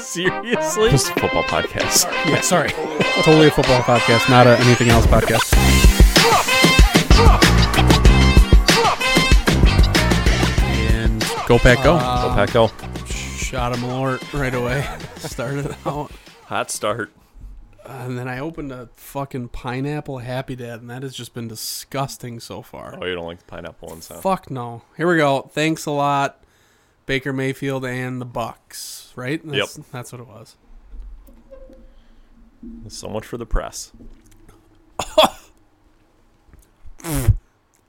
Seriously? This is a football podcast. Yeah, sorry. totally a football podcast, not a anything else podcast. And go pack go. Go Pack Go. Uh, Shot him alert right away. Started out, Hot start. and then I opened a fucking pineapple happy dad, and that has just been disgusting so far. Oh, you don't like the pineapple ones, huh? Fuck no. Here we go. Thanks a lot, Baker Mayfield and the Bucks. Right? That's, That's what it was. So much for the press.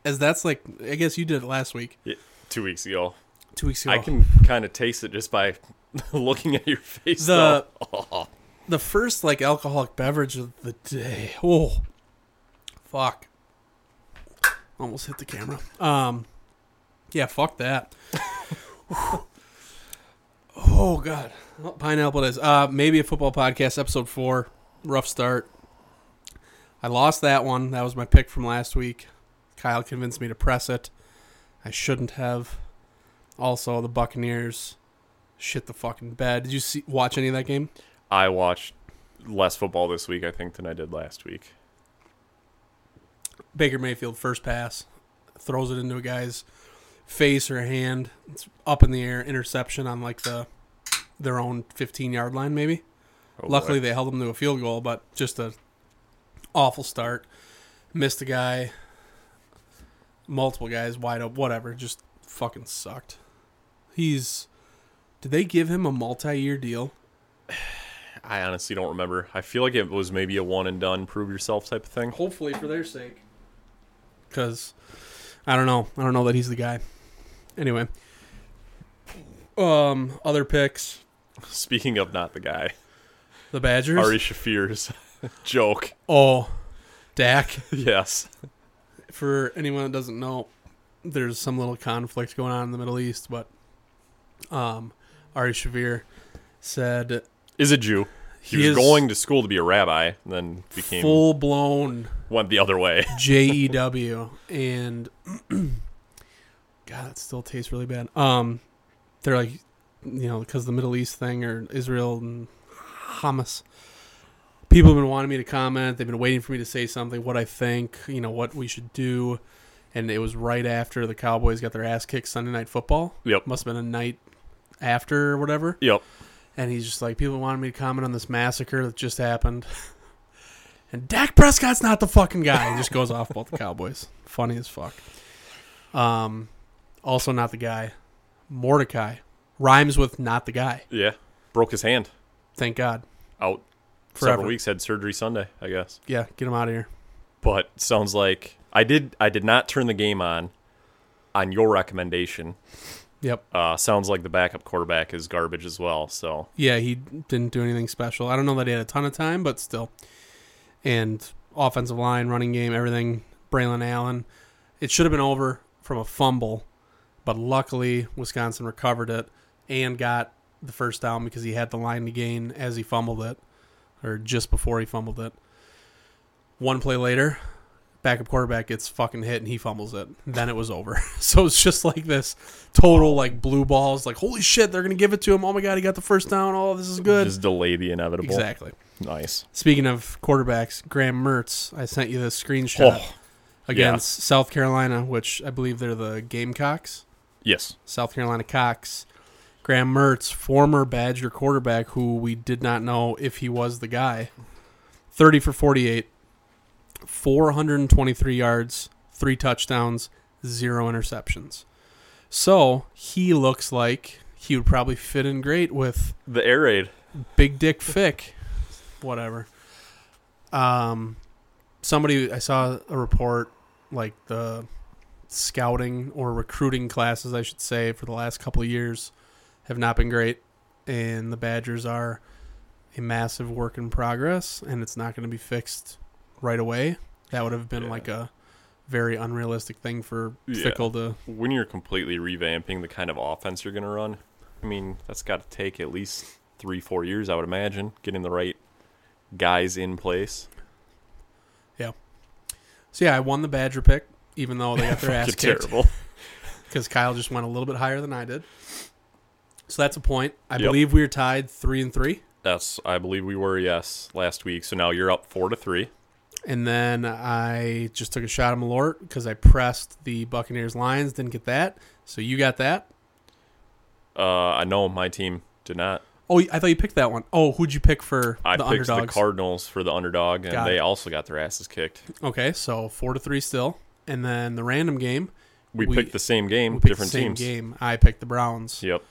As that's like, I guess you did it last week, Yeah, two weeks ago. two weeks ago. I can kind of taste it just by looking at your face. The- though. Oh, the first like alcoholic beverage of the day. Oh, fuck! Almost hit the camera. Um, yeah, fuck that. oh god, Well, pineapple it is. Uh, maybe a football podcast episode four. Rough start. I lost that one. That was my pick from last week. Kyle convinced me to press it. I shouldn't have. Also, the Buccaneers shit the fucking bed. Did you see watch any of that game? I watched less football this week, I think, than I did last week. Baker Mayfield first pass, throws it into a guy's face or hand. It's up in the air, interception on like the their own 15 yard line maybe. Oh, boy. Luckily they held them to a field goal, but just a awful start. Missed a guy, multiple guys wide open, whatever. Just fucking sucked. He's did they give him a multi year deal? I honestly don't remember. I feel like it was maybe a one and done, prove yourself type of thing. Hopefully for their sake. Because I don't know. I don't know that he's the guy. Anyway. Um, other picks. Speaking of not the guy, The Badgers. Ari Shafir's joke. oh, Dak. Yes. For anyone that doesn't know, there's some little conflict going on in the Middle East, but um, Ari Shavir said Is a Jew. He, He was is- going to school to be a rabbi, and then became full blown went the other way. JEW E and God, it still tastes really bad. Um, they're like, you know, because the Middle East thing or Israel and Hamas. People have been wanting me to comment. They've been waiting for me to say something, what I think, you know, what we should do. And it was right after the Cowboys got their ass kicked Sunday Night Football. Yep. Must have been a night after or whatever Yep. and he's just like, people wanted me to comment on this massacre that just happened, and Dak Prescott's not the fucking guy. He just goes off about the Cowboys. Funny as fuck. Um, also not the guy. Mordecai rhymes with not the guy. Yeah. Broke his hand. Thank God. Out Forever. several weeks. Had surgery Sunday, I guess. Yeah, get him out of here. But sounds like I did. I did not turn the game on, on your recommendation. Yep. Uh, sounds like the backup quarterback is garbage as well. So Yeah, he didn't do anything special. I don't know that he had a ton of time, but still. And offensive line, running game, everything. Braylon Allen. It should have been over from a fumble, but luckily Wisconsin recovered it and got the first down because he had the line to gain as he fumbled it, or just before he fumbled it. One play later, backup quarterback gets fucking hit and he fumbles it. Then it was over. So it's just like this total like blue balls. Like holy shit, they're gonna give it to him. Oh my god, he got the first down. Oh, this is good. just delay the inevitable. Exactly. Nice. Speaking of quarterbacks, Graham Mertz, I sent you this screenshot Oh, against South Carolina, which I believe they're the Gamecocks. Yes. South Carolina Cox. Graham Mertz, former Badger quarterback, who we did not know if he was the guy. 30 for 48, 423 yards, three touchdowns, zero interceptions. So he looks like he would probably fit in great with The air raid. Big Dick Fick, whatever. Um, somebody I saw a report like the scouting or recruiting classes, I should say, for the last couple of years have not been great, and the Badgers are a massive work in progress, and it's not going to be fixed right away. That would have been Yeah. like a very unrealistic thing for Yeah. Fickle to. When you're completely revamping the kind of offense you're going to run, I mean that's got to take at least three, four years, I would imagine, getting the right guys in place. So yeah, I won the Badger pick, even though they got their ass Fucking kicked. terrible. because Kyle just went a little bit higher than I did. So that's a point. I Yep. believe we are tied three and three. That's I believe we were yes last week. So now you're up four to three. And then I just took a shot at Malort because I pressed the Buccaneers Lions, didn't get that. So you got that. Uh, I know my team did not. Oh, I thought you picked that one. Oh, who'd you pick for I the picked the underdogs? Cardinals for the underdog, and Got they it. also got their asses kicked. okay, so four to three still. And then the random game, We, We- picked the same game, we picked different the same teams. game. I picked the Browns, Yep.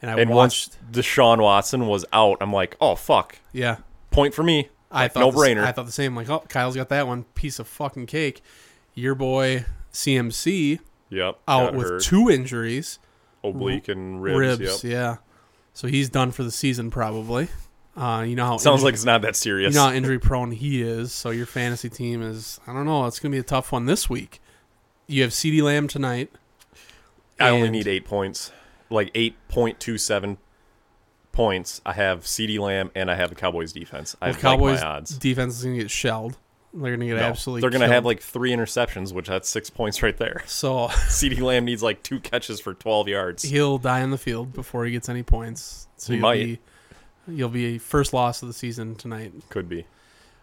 and I and watched. once Deshaun Watson was out, I'm like, oh fuck, Yeah, point for me. I Like, thought no the- brainer. I thought the same. Like, oh, Kyle's got that one piece of fucking cake. Your boy CMC Yep. out got with hurt. two injuries. oblique and ribs. ribs, yep. yeah. So he's done for the season probably. Uh, you know how Sounds injury, like it's not that you serious. know how injury prone he is. So your fantasy team is I don't know. It's gonna be a tough one this week. You have Ceedee Lamb tonight. I only and- need eight points, like eight point two seven points. I have Ceedee Lamb and I have the Cowboys defense. I The have Cowboys like my odds. defense is gonna get shelled. They're gonna get No. absolutely. They're gonna killed. have like three interceptions, which that's six points right there. so Ceedee Lamb needs like two catches for twelve yards. he'll die on the field before he gets any points. So He you'll might. be you'll be first loss of the season tonight. Could be.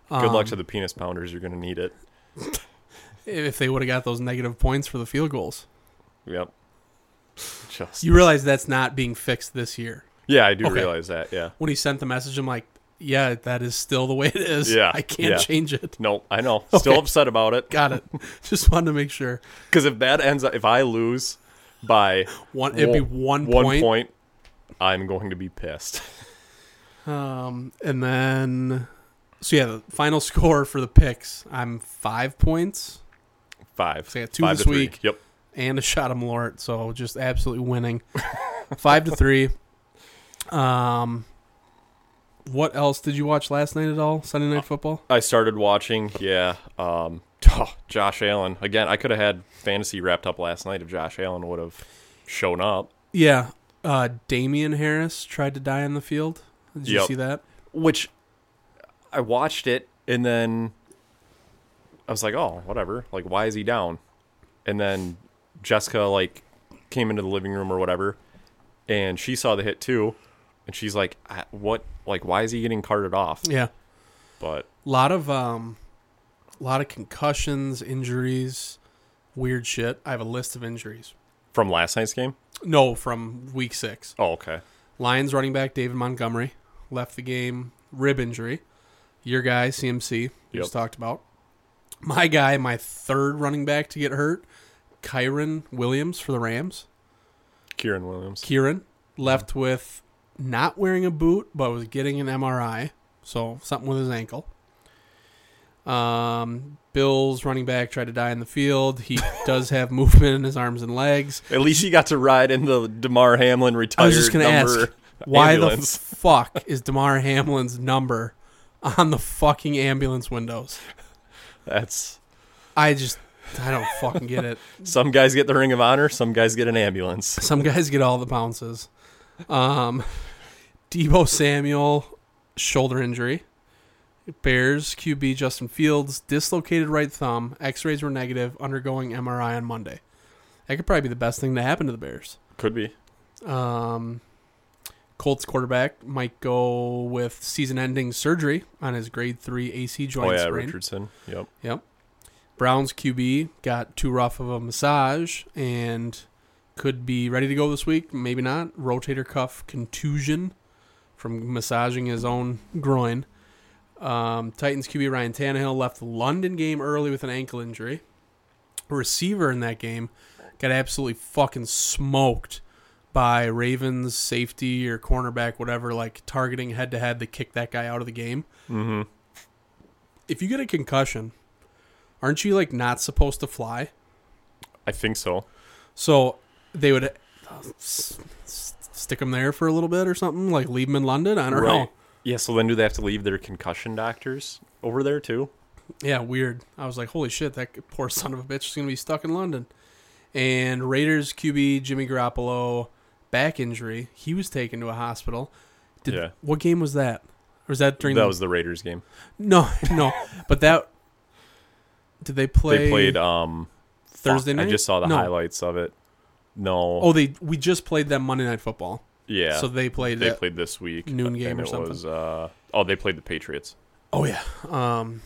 Good luck Um, to the penis pounders. You're gonna need it. If they would have got those negative points for the field goals, Yep. Just you realize that's not being fixed this year. yeah, I do Okay. realize that. Yeah. when he sent the message, I'm like, yeah, that is still the way it is. Yeah, I can't yeah. change it. No, I know. Still Okay. upset about it. Got it. Just wanted to make sure. Because if that ends, up, if I lose by One, it'd be one- one, one point. point, I'm going to be pissed. Um, and then, so yeah, the final score for the picks. I'm five points Five. So I got two Five this to three. week. Yep. and a shot of Malort, so just absolutely winning, five to three. Um, what else did you watch last night at all? Sunday Uh, night football. I started watching. Yeah. Um, Josh Allen again. I could have had fantasy wrapped up last night if Josh Allen would have shown up. Yeah, uh, Damian Harris tried to die on the field. Did you Yep. see that? Which I watched it and then I was like, oh, whatever. Like, why is he down? And then Jessica like came into the living room or whatever, and she saw the hit too, and she's like, I- what? Like, why is he getting carted off? Yeah. But lot of um lot of concussions injuries weird shit i have a list of injuries from last night's game. no from week six Oh, okay. lions running back david montgomery left the game rib injury your guy cmc we just talked about my guy my third running back to get hurt kyron williams for the rams Kieran Williams. kieran left with not wearing a boot but was getting an mri so something with his ankle Um, Bills running back tried to die in the field. He does have movement in his arms and legs. At least he got to ride in the Damar Hamlin retired I was just gonna number. ask, why ambulance. the fuck is Damar Hamlin's number on the fucking ambulance windows? That's I just, I don't fucking get it. some guys get the Ring of Honor, some guys get an ambulance. Some guys get all the bounces. Um, Debo Samuel shoulder injury. Bears QB Justin Fields dislocated right thumb. X-rays were negative. Undergoing MRI on Monday. That could probably be the best thing to happen to the Bears. Could be. Um, Colts quarterback might go with season-ending surgery on his grade three AC joint Oh yeah, sprain. Richardson. Yep. Yep. Browns QB got too rough of a massage and could be ready to go this week. Maybe not. Rotator cuff contusion from massaging his own groin. Um, Titans QB Ryan Tannehill left the London game early with an ankle injury. A receiver in that game got absolutely fucking smoked by Ravens safety or cornerback, whatever, like targeting head to head. They kicked that guy out of the game Mm-hmm. if you get a concussion, aren't you like not supposed to fly? I think so. So they would uh, s- s- stick him there for a little bit or something, like leave him in London. I don't know. Yeah, so then do they have to leave their concussion doctors over there too? Yeah, weird. I was like, holy shit, that poor son of a bitch is gonna be stuck in London. And Raiders QB Jimmy Garoppolo back injury. He was taken to a hospital. Did Yeah. what game was that? Or was that during that the, was the Raiders game. no no? But that did they play? They played um fuck, Thursday night. I just saw the No. highlights of it. No. Oh, they we just played them Monday Night Football. Yeah. So they played they at- played this week. noon game and or it something. Was, uh, oh, they played the Patriots. Oh yeah. Um,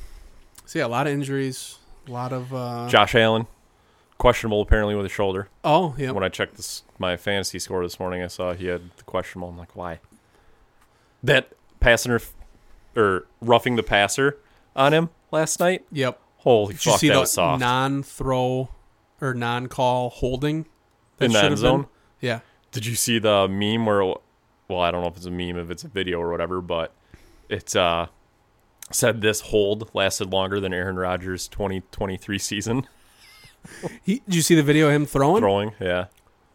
so yeah, a lot of injuries, a lot of uh, Josh Allen, questionable apparently with his shoulder. oh yeah. When I checked this, my fantasy score this morning, I saw he had the questionable. I'm like, why? That passer or roughing the passer on him last night. Yep. Holy Did fuck, you see that the was soft non-throw or non-call holding that in the should end have zone. Been? Yeah. Did you see the meme where? Well, I don't know if it's a meme, if it's a video or whatever, but it uh, said this hold lasted longer than Aaron Rodgers' 2023 season. He, did you see the video of him throwing? throwing. Yeah.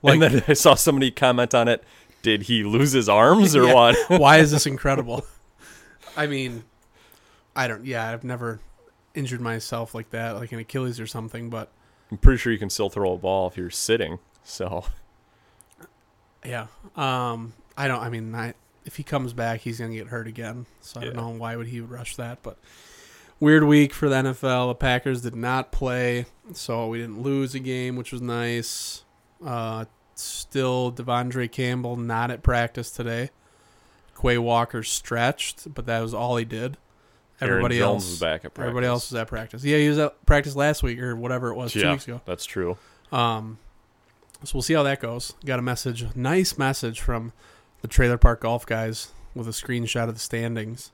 Like- and then I saw somebody comment on it. Did he lose his arms or Yeah. what? Why is this incredible? I mean, I don't. Yeah, I've never injured myself like that, like an Achilles or something. But I'm pretty sure you can still throw a ball if you're sitting. So yeah, um, I don't. I mean, I, if he comes back, he's gonna get hurt again. So I Yeah. don't know why would he rush that. But weird week for the NFL. The Packers did not play, so we didn't lose a game, which was nice. Uh, still, Devondre Campbell not at practice today. Quay Walker stretched, but that was all he did. Everybody Aaron Jones else was back at practice. Everybody else was at practice. Yeah, he was at practice last week or whatever it was, two Yeah, weeks ago. that's true. Um, so we'll see how that goes. Got a message, nice message from the Trailer Park Golf guys with a screenshot of the standings,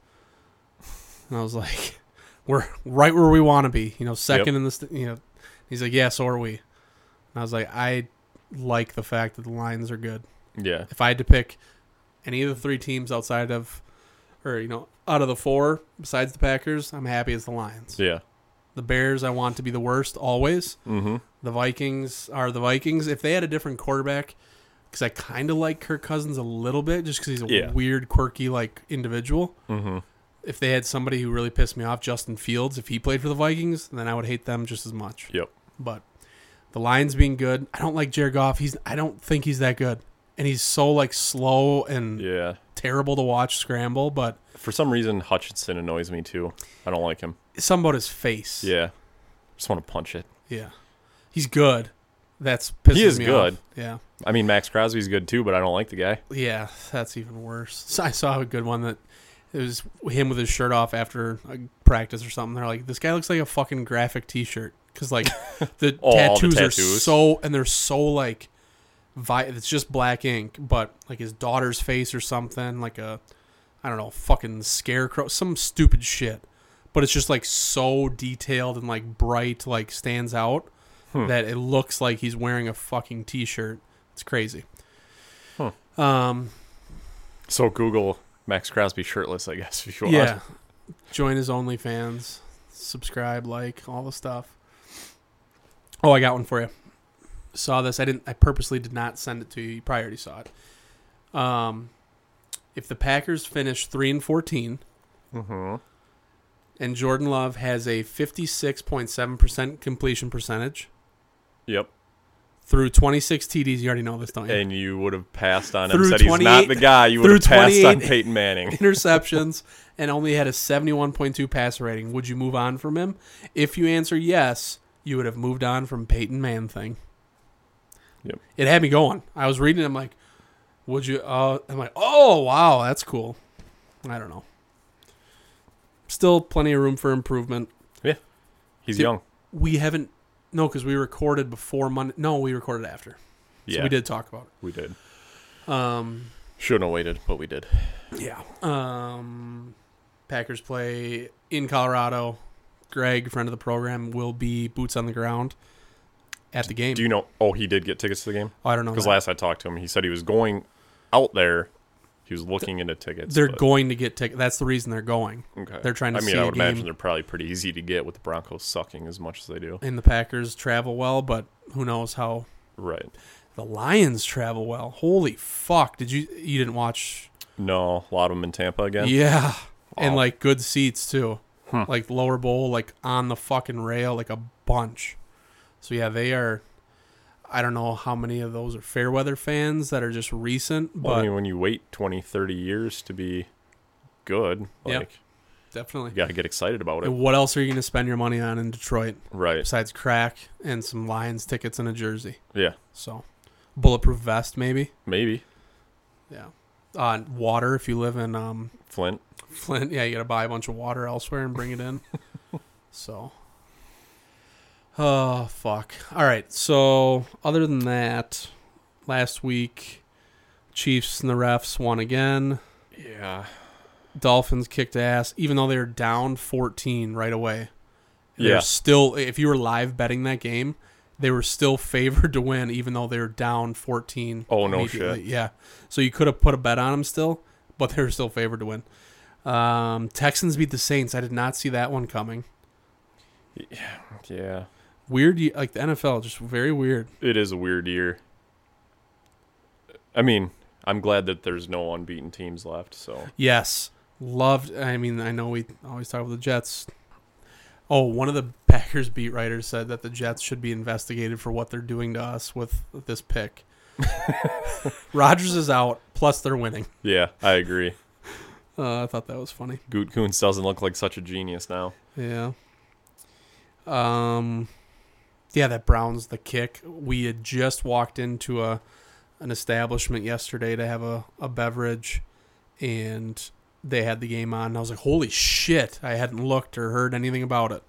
and I was like, "We're right where we want to be." You know, second in the st- you know. He's like, "Yeah, so are we?" And I was like, "I like the fact that the lines are good." Yeah, if I had to pick any of the three teams outside of, or you know, out of the four besides the Packers, I'm happy as the Lions. yeah. The Bears, I want to be the worst always. Mm-hmm. The Vikings are the Vikings. If they had a different quarterback, because I kind of like Kirk Cousins a little bit, just because he's a Yeah. weird, quirky like individual. Mm-hmm. If they had somebody who really pissed me off, Justin Fields, if he played for the Vikings, then I would hate them just as much. Yep. But the Lions being good, I don't like Jared Goff. He's I don't think he's that good, and he's so like slow and Yeah. terrible to watch scramble, but For some reason, Hutchinson annoys me too. I don't like him. some about his face. Yeah. Just want to punch it. Yeah. He's good. That's pisses is me good. off. Yeah. I mean, Max Crosby's good too, but I don't like the guy. Yeah, that's even worse. So I saw a good one that it was him with his shirt off after a practice or something. They're like, this guy looks like a fucking graphic T-shirt because like the, All the tattoos are tattoos. so and they're so like, vi- it's just black ink, but like his daughter's face or something, like a, I don't know, fucking scarecrow, some stupid shit. But it's just like so detailed and like bright, like stands out Hmm. that it looks like he's wearing a fucking T-shirt. It's crazy. Um, So Google Max Crosby shirtless, I guess, if you want. Yeah. Join his OnlyFans. Subscribe, like, all the stuff. Oh, I got one for you. Saw this. I didn't. I purposely did not send it to you. You probably already saw it. Um, if the Packers finish three and fourteen, Mm-hmm. and Jordan Love has a fifty-six point seven percent completion percentage Yep. through twenty-six TDs, you already know this, don't you? And you would have passed on him. Through Said he's not 28 the guy. You would through have passed on 28 Peyton Manning. interceptions and only had a 71.2 passer rating. Would you move on from him? If you answer yes, you would have moved on from Peyton Man thing. Yep. It had me going. I was reading. it, I'm like, would you? Uh, I'm like, oh wow, that's cool. I don't know. Still plenty of room for improvement. He's Dude, young. We haven't no because we recorded before Monday. No, we recorded after. So Yeah, we did talk about We did. it. Um, Shouldn't have waited, but we did. Yeah. Um, Packers play in Colorado. Greg, friend of the program, will be boots on the ground at the game. Do you know? Oh, he did get tickets to the game oh, I don't know. because that. last I talked to him, he said he was going out there. He was looking into tickets. They're but- going to get tickets. That's the reason they're going. Okay. they're trying to I mean, see I a would imagine game. they're probably pretty easy to get with the Broncos sucking as much as they do. And the Packers travel well, but who knows how Right. the Lions travel well. Holy fuck! Did you you didn't watch? No, a lot of them in Tampa again. Yeah. And Wow. like good seats too. Hmm. Like lower bowl, like on the fucking rail, like a bunch. So yeah, they are I don't know how many of those are fair weather fans that are just recent, Well, but I mean, when you wait 20, 30 years to be good, Yeah. like definitely. you got to get excited about it. And what else are you gonna spend your money on in Detroit Right. besides crack and some Lions tickets and a jersey? Yeah. So bulletproof vest maybe. Maybe. Yeah. Uh, water. If you live in um, Flint. Flint, yeah, you got to buy a bunch of water elsewhere and bring it in. so. Oh fuck! All right. So other than that, last week, Chiefs and the refs won again. Yeah. Dolphins kicked ass, even though they were down 14 right away. They're Yeah. still, if you were live betting that game, they were still favored to win, even though they were down 14. Oh, no immediately. shit. Yeah. So you could have put a bet on them still, but they were still favored to win. Um, Texans beat the Saints. I did not see that one coming. Yeah. Weird, ye- like the NFL, just very weird. It is a weird year. I mean, I'm glad that there's no unbeaten teams left. So Yes. Loved. I mean, I know we always talk about the Jets. Oh, one of the Packers beat writers said that the Jets should be investigated for what they're doing to us with this pick. Rodgers is out, plus they're winning. yeah, I agree. Uh, I thought that was funny. Gut Kunz doesn't look like such a genius now. Yeah. Um, yeah, that Browns the kick. We had just walked into a an establishment yesterday to have a, a beverage, and they had the game on. And I was like, "Holy shit!" I hadn't looked or heard anything about it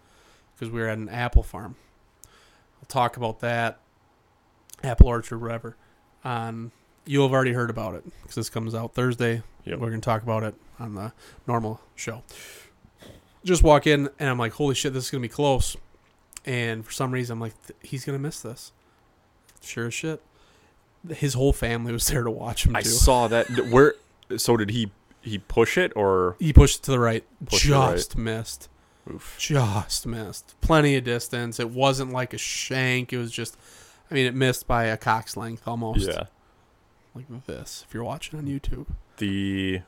because we were at an apple farm. I'll talk about that apple orchard, whatever. On you'll have already heard about it because this comes out Thursday. Yep. We're gonna talk about it on the normal show. Just walk in, and I'm like, "Holy shit, this is gonna be close." And for some reason, I'm like, "Th- "He's gonna miss this." Sure as shit. His whole family was there to watch him I too. saw that. Where? So did he? He push it or? He pushed it to the right. Pushed to the right. just missed. Oof. Just missed. Plenty of distance. It wasn't like a shank. It was just, I mean, it missed by a cock's length almost. Yeah. Like this, if you're watching on YouTube. The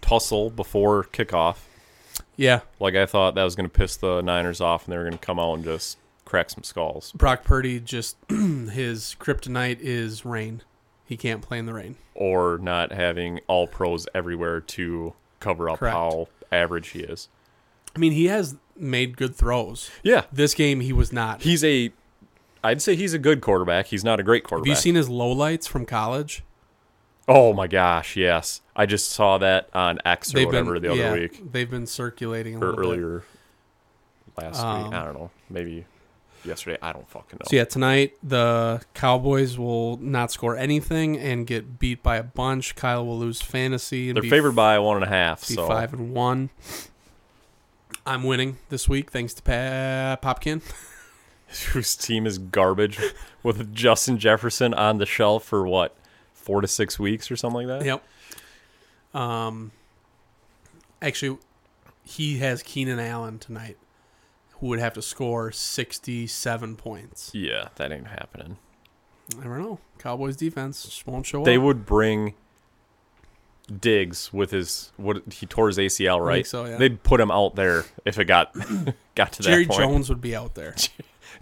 tussle before kickoff. Yeah. Like I thought that was going to piss the Niners off, and they were going to come out and just crack some skulls. Brock Purdy just, his kryptonite is rain. He can't play in the rain. or not having all pros everywhere to cover up Correct. how average he is. I mean, he has made good throws. Yeah. This game, he was not. He's a I'd say he's a good quarterback. He's not a great Have quarterback. you seen his lowlights from college? oh my gosh, yes. I just saw that on X or whatever the other yeah, week They've been circulating a or little bit. earlier last Um, week. I don't know. Maybe yesterday. I don't fucking know. So yeah, tonight the Cowboys will not score anything and get beat by a bunch. Kyle will lose fantasy. And They're be, favored by one and a half. be So five and one. I'm winning this week thanks to pa- Popkin. whose team is garbage with Justin Jefferson on the shelf for what four to six weeks or something like that. Yep. Um. Actually, he has Keenan Allen tonight, who would have to score 67 points. Yeah, that ain't happening. I don't know. Cowboys defense just won't show they up. would bring Diggs with his what he tore his ACL, I right? think so, yeah. They'd put him out there if it got got to Jerry that point. Jones would be out there.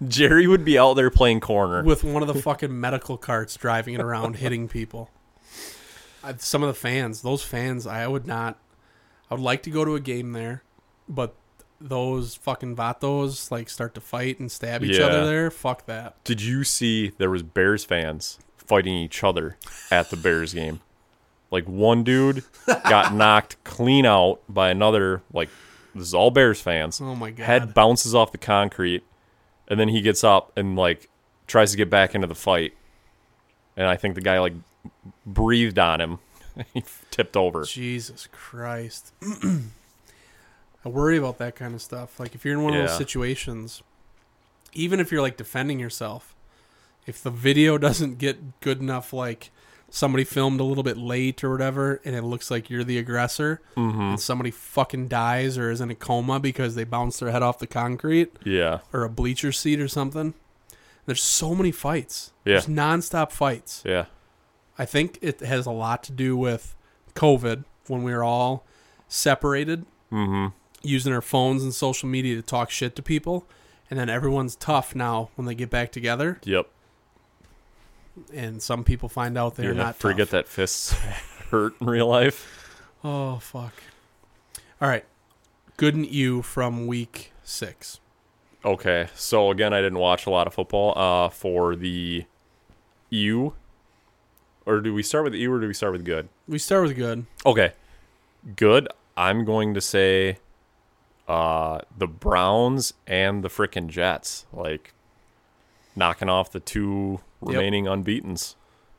Jerry would be out there playing corner. with one of the fucking medical carts driving it around hitting people I, some of the fans those fans i would not i would like to go to a game there but those fucking vatos like start to fight and stab each Yeah. other there fuck that Did you see there was Bears fans fighting each other at the Bears game? Like one dude got knocked clean out by another. Like this is all Bears fans. oh my god Head bounces off the concrete, and then he gets up and like tries to get back into the fight. And I think the guy like breathed on him. he tipped over. jesus christ i worry about that kind of stuff like if you're in one of Yeah. those situations even if you're like defending yourself if the video doesn't get good enough like somebody filmed a little bit late or whatever and it looks like you're the aggressor Mm-hmm. and somebody fucking dies or is in a coma because they bounced their head off the concrete Yeah, or a bleacher seat or something there's so many fights Yeah. there's nonstop fights yeah, I think it has a lot to do with COVID when we were all separated, mm-hmm. using our phones and social media to talk shit to people. And then everyone's tough now when they get back together. yep. And some people find out they're You're not not forget tough. that fists hurt in real life. Oh, fuck. All right. Gooden you from week six. Okay, so again, I didn't watch a lot of football. Uh, for the U E or do we start with E or do we start with good? We start with good. Okay. Good. I'm going to say uh the Browns and the frickin' Jets. Like knocking off the two Yep. remaining unbeatens,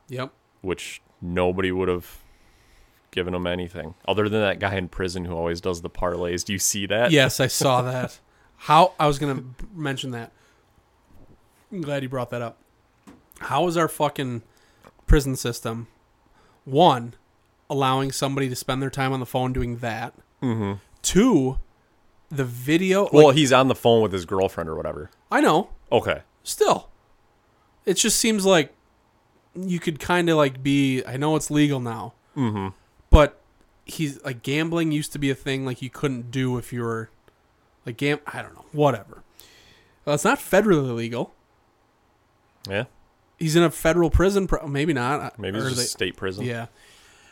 Yep. which nobody would have given them anything. Other than that guy in prison who always does the parlays. Do you see that? Yes, I saw that. How I was gonna mention that. I'm glad you brought that up. How is our fucking prison system one allowing somebody to spend their time on the phone doing that? Mm-hmm. Two, the video. like, Well, he's on the phone with his girlfriend or whatever. I know. Okay. Still, it just seems like you could kind of like be. I know it's legal now, mm-hmm. but he's like gambling used to be a thing like you couldn't do if you were like gam. I don't know. Whatever. Well, it's not federally legal. Yeah. He's in a federal prison. Pro- maybe not. I- Maybe it's or just they- state prison. yeah.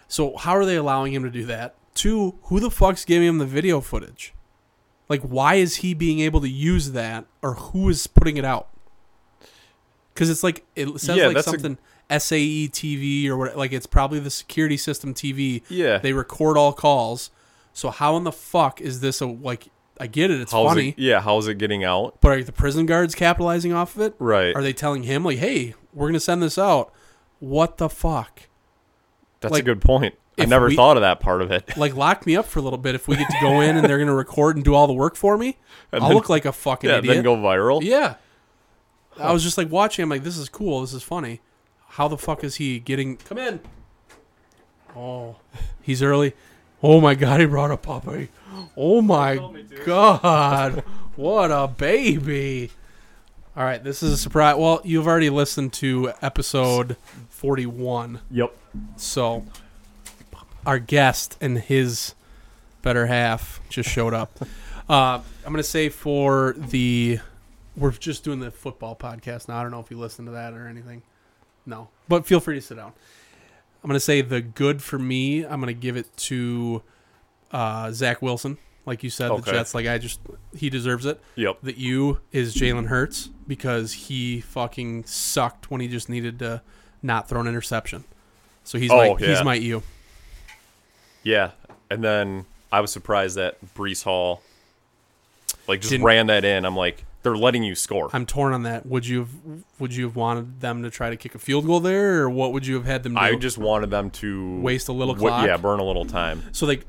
So how are they allowing him to do that? Two, who the fuck's giving him the video footage? Like, why is he being able to use that, or who is putting it out? Because it's like it says Yeah, like that's a- something SAE TV or what? Like it's probably the security system TV. Yeah. They record all calls. So how in the fuck is this a like? I get it. It's How's funny, it yeah, how's it getting out? but are the prison guards capitalizing off of it? Right. Are they telling him like, "Hey, we're gonna send this out"? What the fuck? That's Like, a good point. I if never we- thought of that part of it. like lock me up for a little bit if we get to go in and they're gonna record and do all the work for me. I'll then- look like a fucking yeah, idiot. then go viral. yeah. I was just like watching. I'm like, this is cool. This is funny. How the fuck is he getting? Come in. Oh, he's early. Oh my god, he brought a puppy. Oh my god, what a baby! All right, this is a surprise. Well, you've already listened to episode forty-one. Yep. So, our guest and his better half just showed up. Uh, I'm going to say for the. We're just doing the football podcast now. I don't know if you listen to that or anything. No. But feel free to sit down. I'm going to say the good for me, I'm going to give it to uh, Zach Wilson. Like you said, the Okay. Jets, like I just. He deserves it. Yep. That you is Jalen Hurts because he fucking sucked when he just needed to not throw an interception. So he's Oh, like he's yeah. my you. Yeah. And then I was surprised that Brees Hall like just Didn't- ran that in. I'm like, they're letting you score. I'm torn on that. Would you have would you have wanted them to try to kick a field goal there, or what would you have had them do? I just wanted them to Waste a little wa- clock. yeah, burn a little time. so like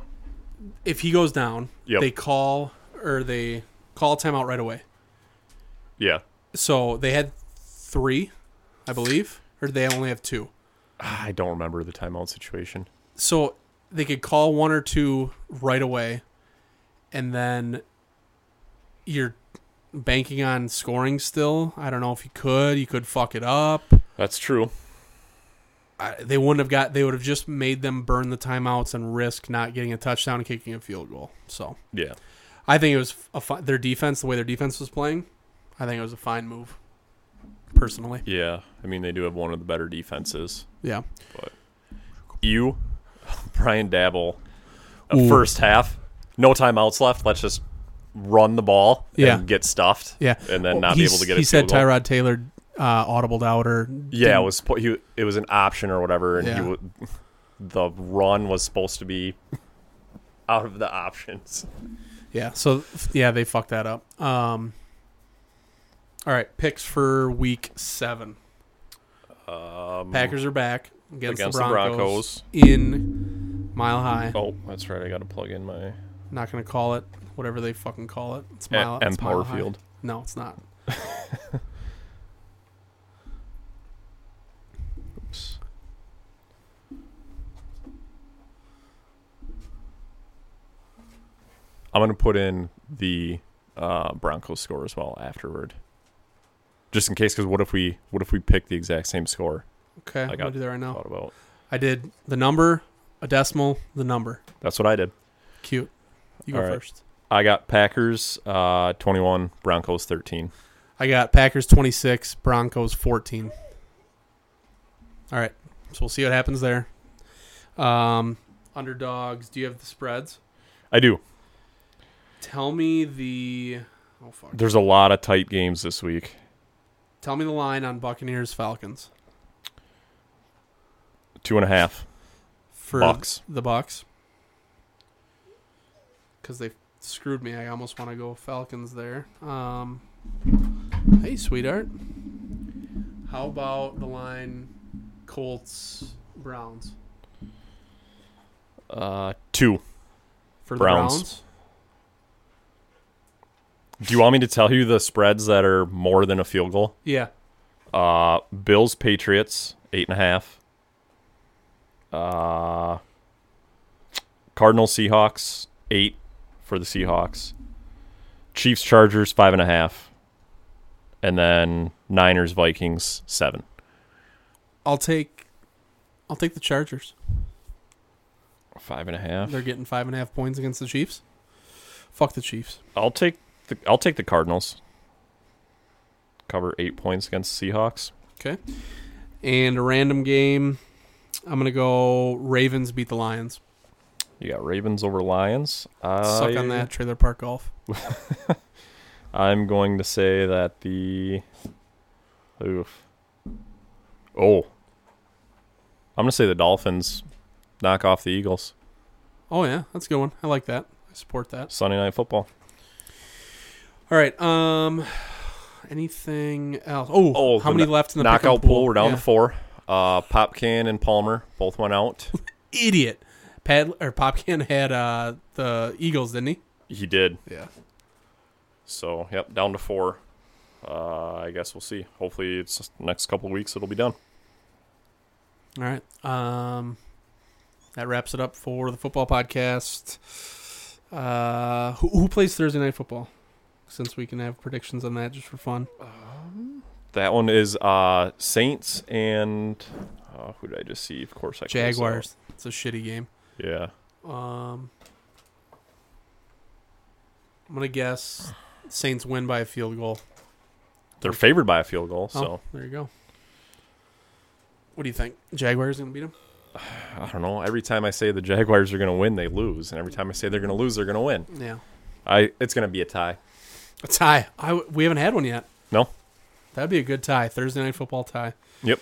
if he goes down, Yep. they call or they call a timeout right away. Yeah. So they had three, I believe, or did they only have two? I don't remember the timeout situation. so they could call one or two right away and then you're banking on scoring still i don't know if you could you could fuck it up That's true. I, they wouldn't have got they would have just made them burn the timeouts and risk not getting a touchdown and kicking a field goal so Yeah. i think it was a fi- their defense the way their defense was playing i think it was a fine move personally Yeah. I mean, they do have one of the better defenses. yeah You, Brian Dabble, uh, Ooh. first half, no timeouts left. Let's just run the ball Yeah. and get stuffed. yeah And then Well, not be he's- able to get a he said field goal. tyrod taylor uh, audibled out or Yeah, it was po- he, it was an option or whatever, and Yeah. he wa the run was supposed to be out of the options. Yeah. So yeah, they fucked that up. Um. All right, picks for week seven. Um, Packers are back against, against the, the Broncos Broncos. in Mile High. Oh, that's right. I got to plug in my Not gonna call it whatever they fucking call it. It's Mile M it's Mile Power High. Field. No, it's not. Oops. I'm gonna put in the uh, Broncos score as well afterward, just in case. Because what if we what if we pick the exact same score? Okay, I'm gonna got- do that right now. Thought about. I did the number, a decimal, the number. That's what I did. Cute. You go All right. first. I got Packers uh, 21, Broncos 13. I got Packers 26, Broncos 14. All right. So we'll see what happens there. Um, underdogs, do you have the spreads? I do. Tell me the Oh fuck. There's a lot of tight games this week. Tell me the line on Buccaneers Falcons. Two and a half. for Bucks. the Bucks because they screwed me. I almost want to go Falcons there. Um, hey, sweetheart, how about the line Colts Browns Uh, two. for the Browns. Browns? Do you want me to tell you the spreads that are more than a field goal? Yeah, Uh, Bills Patriots eight and a half. Uh, Cardinal Seahawks eight for the Seahawks. Chiefs Chargers five and a half, and then Niners Vikings seven. I'll take, I'll take the Chargers. Five and a half. They're getting five and a half points against the Chiefs. Fuck the Chiefs. I'll take the I'll take the Cardinals. Cover eight points against the Seahawks. And a random game, I'm gonna go Ravens beat the Lions. You got Ravens over Lions. Suck I- on that trailer park golf. I'm going to say that the oof. Oh. I'm gonna say the Dolphins knock off the Eagles. Oh yeah, that's a good one. I like that. I support that. Sunday night football. All right. Um, anything else? Oh, Oh, how the many kn- left in the Knockout pick'em pool, we're down Yeah. to four. Uh Popkin and Palmer both went out. Idiot. Pad or Popkin had uh the Eagles, didn't he? he did. Yeah. So yep, down to four. Uh, I guess we'll see. Hopefully it's next couple weeks it'll be done. All right. Um, that wraps it up for the football podcast. Uh, who, who plays Thursday night football? Since we can have predictions on that just for fun. That one is uh Saints and uh, who did I just see? Of course I closed out. Jaguars. It's a shitty game. Yeah. Um, I'm gonna guess Saints win by a field goal. They're favored by a field goal, Oh, so there you go. What do you think? Jaguars gonna beat them? I don't know. Every time I say the Jaguars are going to win, they lose, and every time I say they're going to lose, they're going to win. Yeah, I it's going to be a tie. a tie. I w- we haven't had one yet. No. That'd be a good tie. Thursday night football tie. Yep.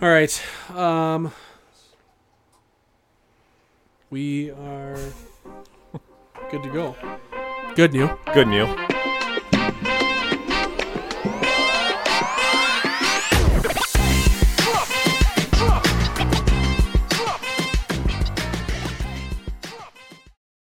All right. Um, we are good to go. Good, Neil. Good Neil.